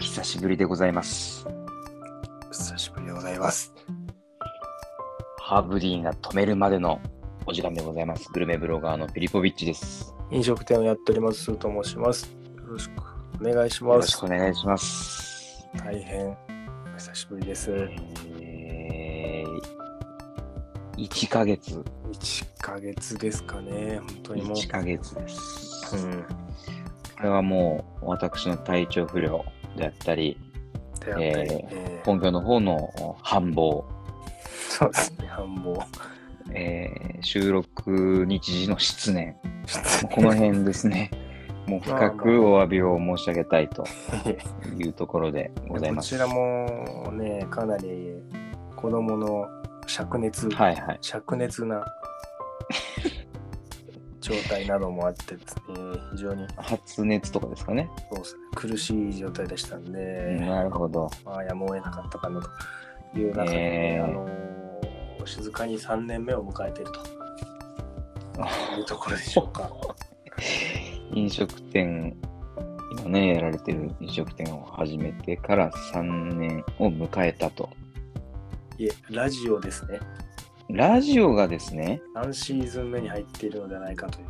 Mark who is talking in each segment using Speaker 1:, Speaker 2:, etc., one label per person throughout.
Speaker 1: 久しぶりでございます。
Speaker 2: 久しぶりでございます。
Speaker 1: ハーブディーンが止めるまでのお時間でございます。グルメブロガーのピリポビッチです。
Speaker 2: 飲食店をやっております、スーと申します。よろしくお願いし
Speaker 1: よ
Speaker 2: ま
Speaker 1: ろし
Speaker 2: す
Speaker 1: くお。願いします。
Speaker 2: 大変お久しぶりです。
Speaker 1: えー、1ヶ月、
Speaker 2: 1ヶ月ですかね、本当にもう。
Speaker 1: 1ヶ月です。
Speaker 2: うん。
Speaker 1: これはもう私の体調不良であったり、
Speaker 2: であったり、
Speaker 1: え
Speaker 2: えー
Speaker 1: 本業の方の繁忙、
Speaker 2: そうですね、繁忙。
Speaker 1: えー収録日時の失念、この辺ですね。もう深くお詫びを申し上げたい というところでございま
Speaker 2: こ
Speaker 1: す。
Speaker 2: ちらもね、かなり子供の灼熱、
Speaker 1: はいはい。
Speaker 2: 灼熱な状態などもあってですね、非常に
Speaker 1: 発熱とかですかね。
Speaker 2: そうですね苦しい状態でしたんで、
Speaker 1: なるほど。
Speaker 2: まあ、やむを得なかったかなという中で、
Speaker 1: えー
Speaker 2: あのー静かに3年目を迎えてい るというところでしょうか。
Speaker 1: 飲食店、今ね、やられてる飲食店を始めてから3年を迎えたと。
Speaker 2: いえ、ラジオですね。
Speaker 1: ラジオがですね、
Speaker 2: 何シーズン目に入っているのではないかという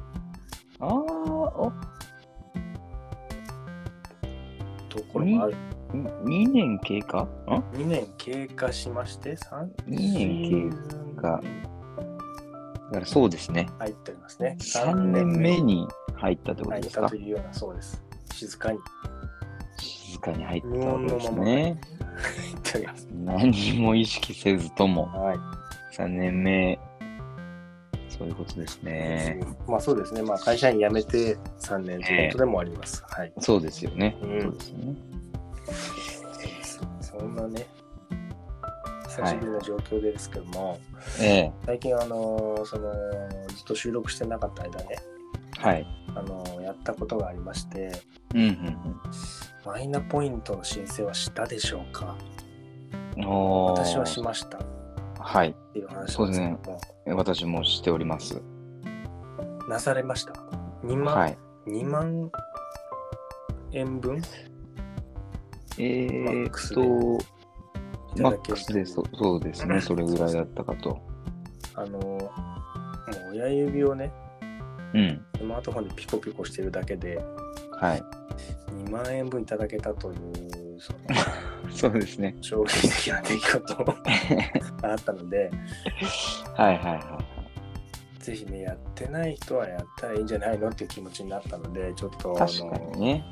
Speaker 1: あーお
Speaker 2: ところもある。
Speaker 1: 2年経過ん
Speaker 2: 2年経過しまして、3
Speaker 1: 二年
Speaker 2: 経
Speaker 1: 過だからそうですね。
Speaker 2: 入っておりますね。
Speaker 1: 3年目に入ったってこと
Speaker 2: 入っ
Speaker 1: です
Speaker 2: た
Speaker 1: か
Speaker 2: というような、そうです。静かに
Speaker 1: 静かに入ったことですね。
Speaker 2: 入っております。
Speaker 1: 何も意識せずとも
Speaker 2: はい。
Speaker 1: 3年目。そういうことですね。
Speaker 2: まあそうですね。まあ会社員辞めて3年ということでもあります。はい。
Speaker 1: そうですよね。
Speaker 2: うん
Speaker 1: そうですよね。
Speaker 2: そんなね、久しぶりな状況ですけども、
Speaker 1: ええ
Speaker 2: 最近、あのーその、ずっと収録してなかった間ね、
Speaker 1: はい。
Speaker 2: あのーやったことがありまして、
Speaker 1: うんうん
Speaker 2: マイナポイントの申請はしたでしょうか
Speaker 1: うん。おー
Speaker 2: 私はしましたっ
Speaker 1: はい。
Speaker 2: ていう話なんですけども、
Speaker 1: 私もしております。
Speaker 2: なされました。2万、
Speaker 1: はい。
Speaker 2: 2万円分
Speaker 1: えー、
Speaker 2: マックスで
Speaker 1: っ
Speaker 2: い
Speaker 1: と、
Speaker 2: た
Speaker 1: マ
Speaker 2: だ
Speaker 1: ッ
Speaker 2: ける
Speaker 1: クスでそうそうです
Speaker 2: う
Speaker 1: ね。
Speaker 2: ん
Speaker 1: それぐらいだったかと。
Speaker 2: あのーもう親指をね、
Speaker 1: うん。
Speaker 2: スマートフォンでピコピコしてるだけで、
Speaker 1: はい。
Speaker 2: 2万円分いただけたという、その、
Speaker 1: そうですね。
Speaker 2: 衝撃的な出来事があったので、
Speaker 1: はいはいは
Speaker 2: ぜひね、やってない人はやったらいいんじゃないのっていう気持ちになったので、ちょっと
Speaker 1: い。
Speaker 2: あ
Speaker 1: 確かに
Speaker 2: の
Speaker 1: ね。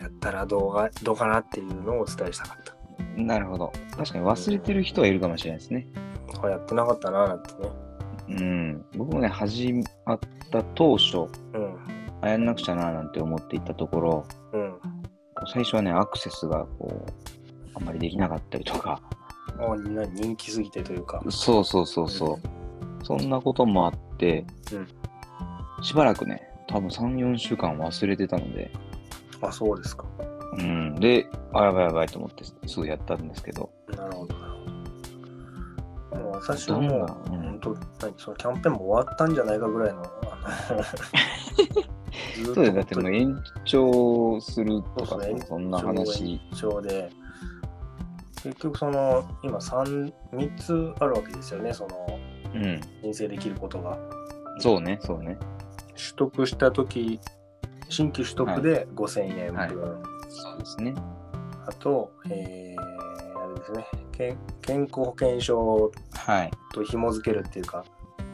Speaker 2: やったらどうがどうかなっていうのをお伝えしたかった。
Speaker 1: なるほど。確かに忘れてる人はいるかもしれないですね。
Speaker 2: あやってなかったななんてね。
Speaker 1: うん。僕もね、始まった当初、
Speaker 2: うん。
Speaker 1: あやんなくちゃななんて思っていたところ、
Speaker 2: うん。
Speaker 1: 最初はね、アクセスがこう、あんまりできなかったりとか、
Speaker 2: あみんな人気すぎてというか。
Speaker 1: そうそうそうそう。そんなこともあって、
Speaker 2: うん
Speaker 1: しばらくね、多分3、4週間忘れてたので、
Speaker 2: あ、そうですか。
Speaker 1: うん、で、あ、やばいやばいと思ってすぐやったんですけど、
Speaker 2: なるほど、なるほど。もう私は
Speaker 1: どん
Speaker 2: も
Speaker 1: な、
Speaker 2: う、
Speaker 1: う
Speaker 2: 本
Speaker 1: ん、
Speaker 2: 当何そのキャンペーンも終わったんじゃないかぐらいの。あ の
Speaker 1: そ
Speaker 2: ず
Speaker 1: う
Speaker 2: ー
Speaker 1: でだ
Speaker 2: っと
Speaker 1: ってもう延長するとか
Speaker 2: そうですね、
Speaker 1: そんな話、
Speaker 2: 一応で結局その今 3, 3つあるわけですよねその
Speaker 1: うん、
Speaker 2: 申請できることが
Speaker 1: そうね、そうね、
Speaker 2: 取得した時新規取得で5000円分、
Speaker 1: はいそうですね、
Speaker 2: あとえー、あれですね健健康保険証
Speaker 1: はい、
Speaker 2: と紐付けるっていうか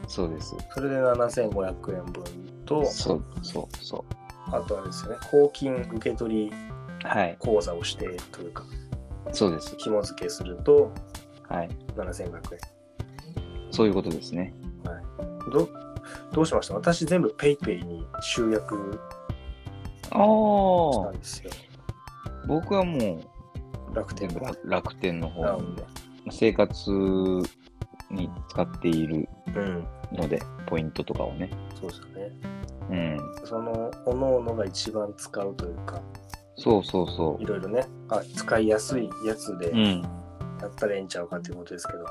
Speaker 1: そうです、
Speaker 2: それで7500円分と
Speaker 1: そう、そう、そ
Speaker 2: あとあれですよね公金受
Speaker 1: う、
Speaker 2: 取
Speaker 1: はい、
Speaker 2: 口座を指定というか
Speaker 1: そうです、
Speaker 2: 紐付けすると
Speaker 1: はい、
Speaker 2: 7500円
Speaker 1: そういうことですね。
Speaker 2: はい、どどうしました私全部 PayPay ペイペイに集約
Speaker 1: あ
Speaker 2: した
Speaker 1: あ
Speaker 2: ん、ですよ。
Speaker 1: 僕はもう、
Speaker 2: 楽
Speaker 1: 全
Speaker 2: 天
Speaker 1: 部
Speaker 2: ブラッ
Speaker 1: 楽楽天の
Speaker 2: ク
Speaker 1: 方に生活に使っている
Speaker 2: うん、
Speaker 1: ので、ポイントとかをね。
Speaker 2: そうですよね。
Speaker 1: うん。
Speaker 2: その、おのおのが一番使うというか、
Speaker 1: そうそうそ
Speaker 2: いろいろね、あ使いやすいやつで
Speaker 1: う。うん。
Speaker 2: やったらええんちゃうかということですけども、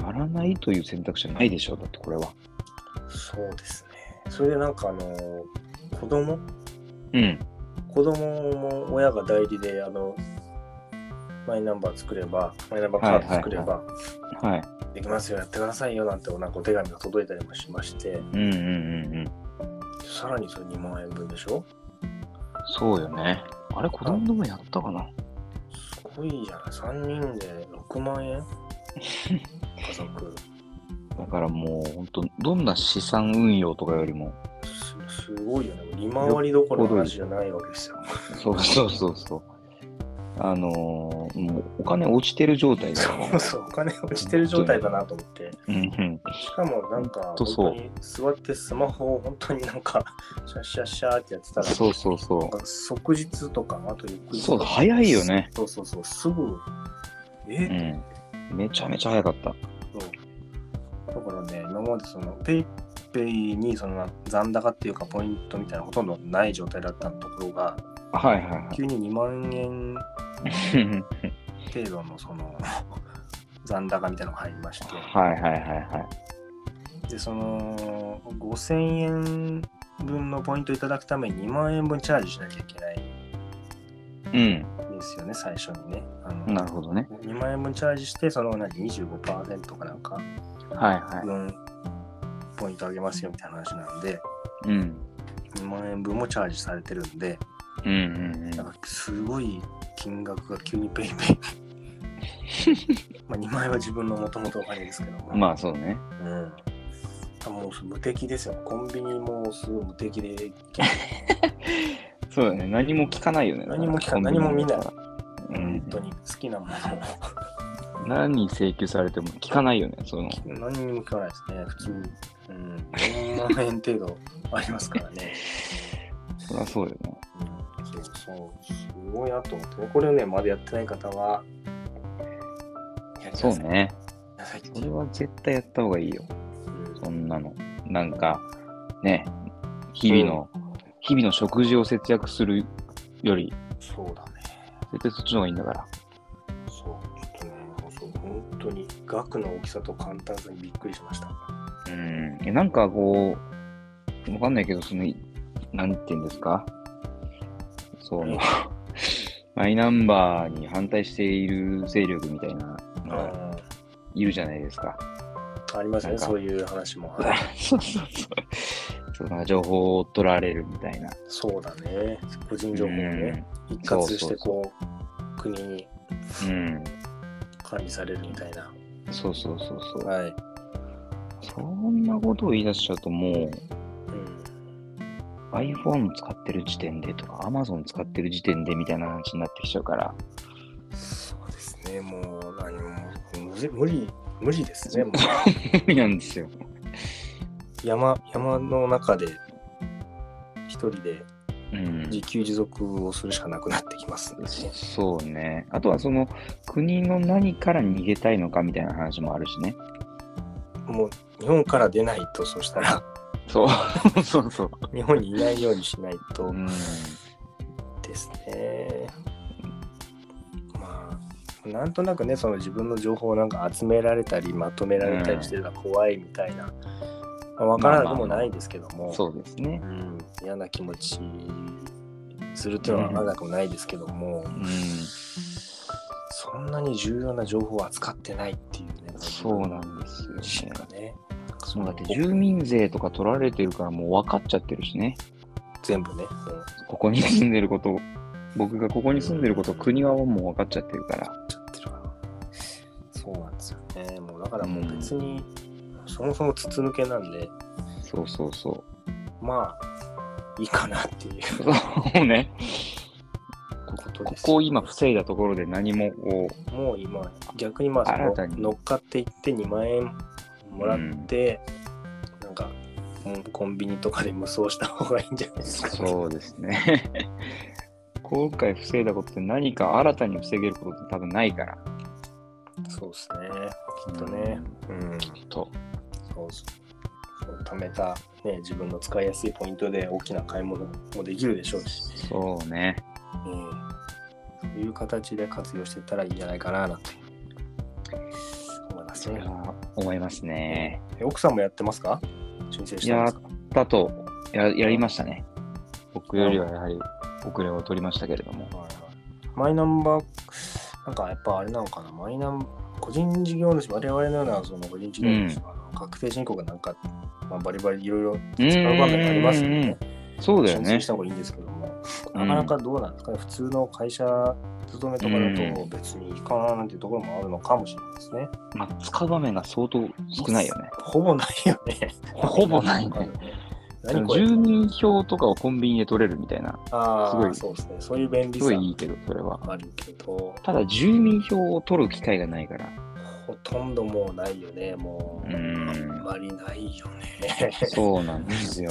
Speaker 1: やらないという選択肢はないでしょう、だってこれは。
Speaker 2: そうですね。それでなんかあの、子供
Speaker 1: うん。
Speaker 2: 子供も親が代理で、あの、マイナンバー作れば、マイナンバーカード作れば、
Speaker 1: はい。
Speaker 2: できますよ、やってくださいよなんてなんかお手紙が届いたりもしまして、
Speaker 1: うんうんうんうん。
Speaker 2: さらにそれ2万円分でしょ
Speaker 1: そうよね。あれ、子供でもやったかな
Speaker 2: すごいじゃない。3人で6万円家族
Speaker 1: だからもう、本当どんな資産運用とかよりも、
Speaker 2: す。すごいよね。利回りどころの話じゃないわけですよ。
Speaker 1: そうそうそうそう。あのーもうお金落ちてる状態だよね
Speaker 2: そうそう、お金落ちてる状態だなと思って。
Speaker 1: うんうん。
Speaker 2: しかもなんか、
Speaker 1: ほんと
Speaker 2: 本
Speaker 1: そう
Speaker 2: 当に座ってスマホを本当になんか、シャッシャッシャーってやってたら、
Speaker 1: そうそうそ
Speaker 2: なんか即日とか、あとゆっく
Speaker 1: う。
Speaker 2: り
Speaker 1: そうだ、早いよね。。
Speaker 2: そうそうそう、すぐ、
Speaker 1: う
Speaker 2: え、
Speaker 1: ん。めちゃめちゃ早かった。
Speaker 2: そう。だからね、今までその、ペイペイにその残高っていうか、ポイントみたいなほとんどない状態だったところが、
Speaker 1: はいはいは
Speaker 2: 急に2万
Speaker 1: い。
Speaker 2: 円程度のその、 残高みたいなのが入りまして、
Speaker 1: はいはいはいは
Speaker 2: でその5000円分のポイントいただくために2万円分チャージしなきゃいけないん
Speaker 1: い。うん。
Speaker 2: ですよね最初にねあの
Speaker 1: なるほどね。
Speaker 2: 2万円分チャージしてその何25%かなんか
Speaker 1: はいは
Speaker 2: 分ポイントあげますよみたいな話なんで
Speaker 1: い。うん。
Speaker 2: 2万円分もチャージされてるんで
Speaker 1: うんうん
Speaker 2: なんかすごい金額が急にペイペイまあ2万円は自分のもともとお金ですけども
Speaker 1: うん。まあそうね。
Speaker 2: うんあもう無敵ですよコンビニもすごい無敵で
Speaker 1: そうだね。何も聞かないよね。
Speaker 2: 何も聞かない
Speaker 1: コンビニ
Speaker 2: 何も見ない
Speaker 1: うん
Speaker 2: 本。当に好きなものを
Speaker 1: 何請求されても聞かないよね。その。
Speaker 2: 何にも聞かないですね普通うん4万円程度ありますからね、
Speaker 1: そりゃそうよね。
Speaker 2: うん、そうそうすごいなと思ってこれをねまだやってない方はやりなさ
Speaker 1: そ
Speaker 2: い
Speaker 1: ね。
Speaker 2: うやりなさいって
Speaker 1: それは絶対やった方がいいよ。
Speaker 2: うん
Speaker 1: そんなの。なんか、ね、日々の、日々の食事を節約するより、
Speaker 2: そうだね
Speaker 1: 絶対そっちの方がいいんだから。
Speaker 2: そうちょっとねもうそう本当に額の大きさと簡単さにびっくりしました
Speaker 1: うん。えなんかこう、わかんないけど、その、なんて言うんですかその、 マイナンバーに反対している勢力みたいなのが
Speaker 2: あ
Speaker 1: いるじゃないです か。
Speaker 2: ーあります
Speaker 1: な
Speaker 2: ね
Speaker 1: んか
Speaker 2: そういう話もはい
Speaker 1: そうそうそう。その情報を取られるみたいな。
Speaker 2: そうだね個人情報をね一括してこう国に
Speaker 1: うん。うん。
Speaker 2: 管理されるみたいな
Speaker 1: そうそうそうそう。
Speaker 2: はい
Speaker 1: そんなことを言い出しちゃうともう
Speaker 2: うん、
Speaker 1: iPhone 使ってる時点でとか Amazon 使ってる時点でみたいな話になってきちゃうから
Speaker 2: そうですね、もう何も無理無理無理ですね、もう
Speaker 1: 無理なんですよ。
Speaker 2: 山山の中で一人で
Speaker 1: うん
Speaker 2: 自給自足をするしかなくなってきますね。
Speaker 1: そそうね。あとはその国の何から逃げたいのかみたいな話もあるしね。
Speaker 2: もう日本から出ないと、そうしたら
Speaker 1: そうそう そう。
Speaker 2: 日本にいないようにしないと
Speaker 1: うん、
Speaker 2: ですね。まあなんとなくね、その自分の情報をなんか集められたりまとめられたりしてるのが怖いみたいな、まあ、わからなくもないですけども、
Speaker 1: そうですね。
Speaker 2: うん、嫌な気持ちするっていうのはまだくもないですけども、
Speaker 1: うん、
Speaker 2: そんなに重要な情報を扱ってないっていうね、
Speaker 1: そうなんです
Speaker 2: し
Speaker 1: よね
Speaker 2: か。ね。
Speaker 1: そうだって住民税とか取られてるからもう分かっちゃってるしね。
Speaker 2: 全部ね、
Speaker 1: ここに住んでること、僕がここに住んでること、国はもう分かっちゃってるから。
Speaker 2: ちゃってるから。そうなんですよね。もうだからもう別に、そもそも筒抜けなんで、
Speaker 1: そうそうそう。
Speaker 2: まあ、いいかなってい う
Speaker 1: そうね。
Speaker 2: こと
Speaker 1: こ
Speaker 2: です。
Speaker 1: こを今防いだところで何もこ
Speaker 2: もう今、逆にまあそ
Speaker 1: 新たに
Speaker 2: の乗っかっていって2万円もらって、なんか、うんコンビニとかで無双した方がいいんじゃないですか、
Speaker 1: う、そうですね。 今回防いだことって何か新たに防げることって多分ないから。
Speaker 2: そうですね。きっとね。うん。
Speaker 1: きっと。
Speaker 2: そうそう。そう貯めた、ね、自分の使いやすいポイントで大きな買い物もできるでしょうし、
Speaker 1: そうね。
Speaker 2: うん、そういう形で活用していったらいいんじゃないかななんて思います
Speaker 1: それ
Speaker 2: ね。
Speaker 1: は思いますね。
Speaker 2: え奥さんもやってますか申請してますか
Speaker 1: だとや、やりましたね。僕よりはやはり遅れを取りましたけれども。
Speaker 2: マイナンバー、なんかやっぱあれなのかな、マイナン個人事業主、我々のようなその個人事業主は、確定申告なんか、まあ、バリバリいろいろ使う場面ありますよね。
Speaker 1: そうだよ
Speaker 2: 申請
Speaker 1: ね
Speaker 2: し。た方がいいんですけども、
Speaker 1: うん
Speaker 2: なかなかどうなんですかね、普通の会社勤めとかだと別にいいかななんていうところもあるのかもしれないですね。
Speaker 1: まあ、使う場面が相当少ないよね。
Speaker 2: ほぼないよね。
Speaker 1: ほぼないね。
Speaker 2: 何これ
Speaker 1: 住民票とかをコンビニで取れるみたいな、
Speaker 2: あ
Speaker 1: す
Speaker 2: あ
Speaker 1: ごい
Speaker 2: そうですね。そういう便利
Speaker 1: すご
Speaker 2: さ
Speaker 1: いいいけど、それは。
Speaker 2: あるけど、
Speaker 1: ただ、住民票を取る機会がないから。
Speaker 2: ほとんどもうないよね。も
Speaker 1: う
Speaker 2: う、あん
Speaker 1: ん。
Speaker 2: まりないよね。
Speaker 1: そうなんですよ。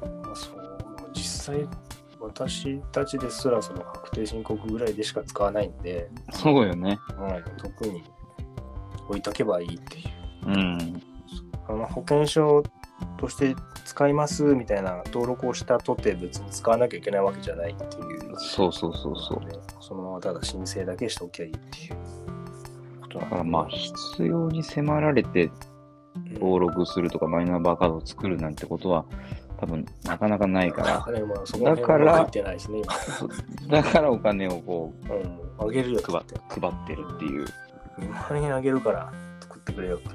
Speaker 2: まあそう実際私たちですらその確定申告ぐらいでしか使わないんで、
Speaker 1: そうよね。
Speaker 2: はい、特に置いとけばいいってい
Speaker 1: う
Speaker 2: う
Speaker 1: ん。
Speaker 2: あの保険証として使いますみたいな登録をしたとて別に使わなきゃいけないわけじゃないっていう
Speaker 1: そうそうそうそう。
Speaker 2: のでそのままただ申請だけしておきゃいいっていうことな
Speaker 1: だ
Speaker 2: ん
Speaker 1: か
Speaker 2: で
Speaker 1: らまあ、必要に迫られて登録するとか、マイナンバーカードを作るなんてことは、多分なかなかないか
Speaker 2: うんまあそこら辺
Speaker 1: だから
Speaker 2: は入ってないですね
Speaker 1: ら、そう だからお金をこう
Speaker 2: 今、うん、あげるよって
Speaker 1: 配配ってるっていう。
Speaker 2: 2万円あげるから作ってくれよって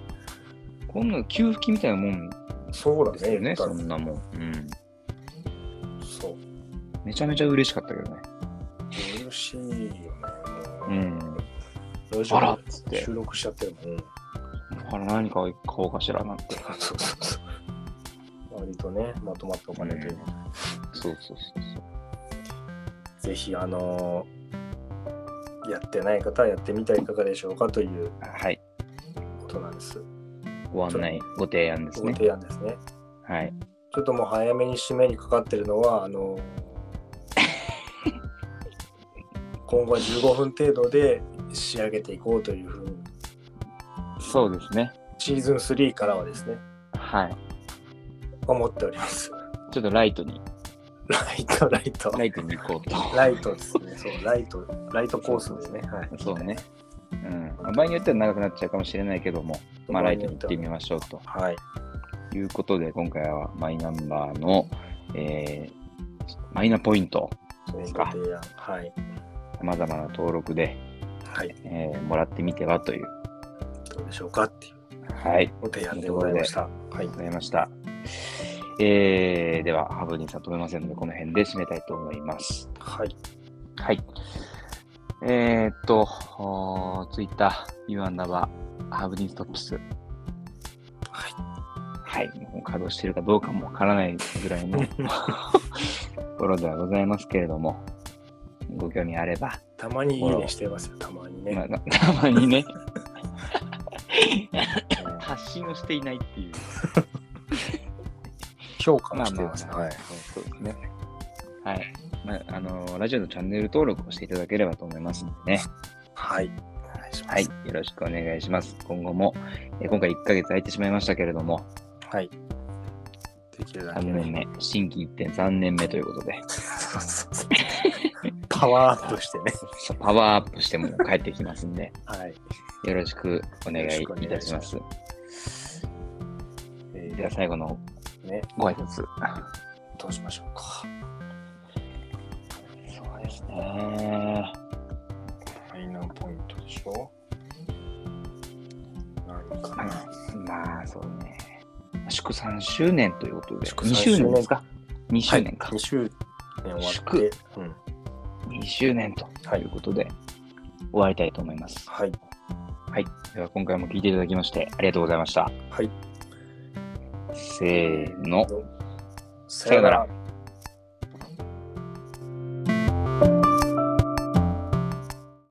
Speaker 1: こんな給付金みたいなもん
Speaker 2: そうだね
Speaker 1: ですよ
Speaker 2: 言
Speaker 1: ね、
Speaker 2: った
Speaker 1: そ
Speaker 2: ら
Speaker 1: んなもん。うん。
Speaker 2: そう
Speaker 1: めちゃめちゃ嬉しかったけどね。
Speaker 2: 嬉しいよね。
Speaker 1: うん。
Speaker 2: ラジオ
Speaker 1: あらっつって
Speaker 2: 収録しちゃってるもん。
Speaker 1: あら、何か買おうかしらなんて。
Speaker 2: そうそうそう。割とね、まとまったお金ということで、
Speaker 1: そうそうそうそう。
Speaker 2: ぜひ、あのーやってない方はやってみてはいかがでしょうかという
Speaker 1: はい。
Speaker 2: ことなんです。
Speaker 1: ご案内、ご提案です
Speaker 2: ご
Speaker 1: ね。
Speaker 2: 提案ですね。
Speaker 1: はい。
Speaker 2: ちょっともう早めに締めにかかってるのは、あのー今後は15分程度で仕上げていこうというふうに、
Speaker 1: そうですね。
Speaker 2: シーズン3からはですね、
Speaker 1: はい。
Speaker 2: 思っております。
Speaker 1: ちょっとライトに、
Speaker 2: ライト、ライト。
Speaker 1: ライトに行こうと。
Speaker 2: ライトですね。そう、ライト、ライトコースですね。はい。
Speaker 1: そうね。うん。まあ場合によっては長くなっちゃうかもしれないけども、まあ、ライトに行ってみましょうと。
Speaker 2: はい。
Speaker 1: ということで、今回はマイナンバーの、えーマイナポイント、
Speaker 2: そう
Speaker 1: です
Speaker 2: ご
Speaker 1: か
Speaker 2: 提案。はい。
Speaker 1: さまざまな登録で、
Speaker 2: はい。
Speaker 1: えーもらってみてはという、
Speaker 2: どうでしょうかっていう
Speaker 1: はい、
Speaker 2: ご提案でございました。はい
Speaker 1: ご。ざいました。えーでは、ハブに悟れませんので、この辺で締めたいと思います。
Speaker 2: はい。
Speaker 1: はい。えー、っと、おー Twitter、U アンダーバー、ハーブディンストップス。
Speaker 2: はい。
Speaker 1: はい。もう稼働しているかどうかもわからないぐらい のところではございますけれども、ご興味あれば、
Speaker 2: たまにいいねしてますよ。たまにね。
Speaker 1: まあ、な たまにね、発信をしていないっていう。
Speaker 2: 評価もしてますね。
Speaker 1: まあまあ
Speaker 2: はい。
Speaker 1: そうですね。はい。まあ、あの、ラジオのチャンネル登録をしていただければと思いますんでね。
Speaker 2: はい。お願いしま
Speaker 1: はい
Speaker 2: す。。
Speaker 1: よろしくお願いします。今後も、えー今回1ヶ月空いてしまいましたけれども、
Speaker 2: はい。できるだ
Speaker 1: 3
Speaker 2: け
Speaker 1: 年
Speaker 2: ね。
Speaker 1: 目、新規1.3年目ということで、
Speaker 2: そうそうそうパワーアップしてね。
Speaker 1: パワーアップしても帰ってきますんで、
Speaker 2: はい。
Speaker 1: よろしくお願いいたします。
Speaker 2: え
Speaker 1: では最後の
Speaker 2: ー、ね、
Speaker 1: ご挨拶。
Speaker 2: どうしましょうか。
Speaker 1: そうですね。
Speaker 2: マイナポイントでしょ何かな
Speaker 1: まあ、そうね。祝3周年ということで、
Speaker 2: 祝3
Speaker 1: 2周年ですか ?2
Speaker 2: は
Speaker 1: 周
Speaker 2: い
Speaker 1: 年か。
Speaker 2: 2周年終わって
Speaker 1: 祝、
Speaker 2: うん、
Speaker 1: 2周年ということで、終わりたいと思います。
Speaker 2: はい、
Speaker 1: はい。では今回も聞いていただきまして、ありがとうございました。
Speaker 2: はい、
Speaker 1: せーの。
Speaker 2: さよなら。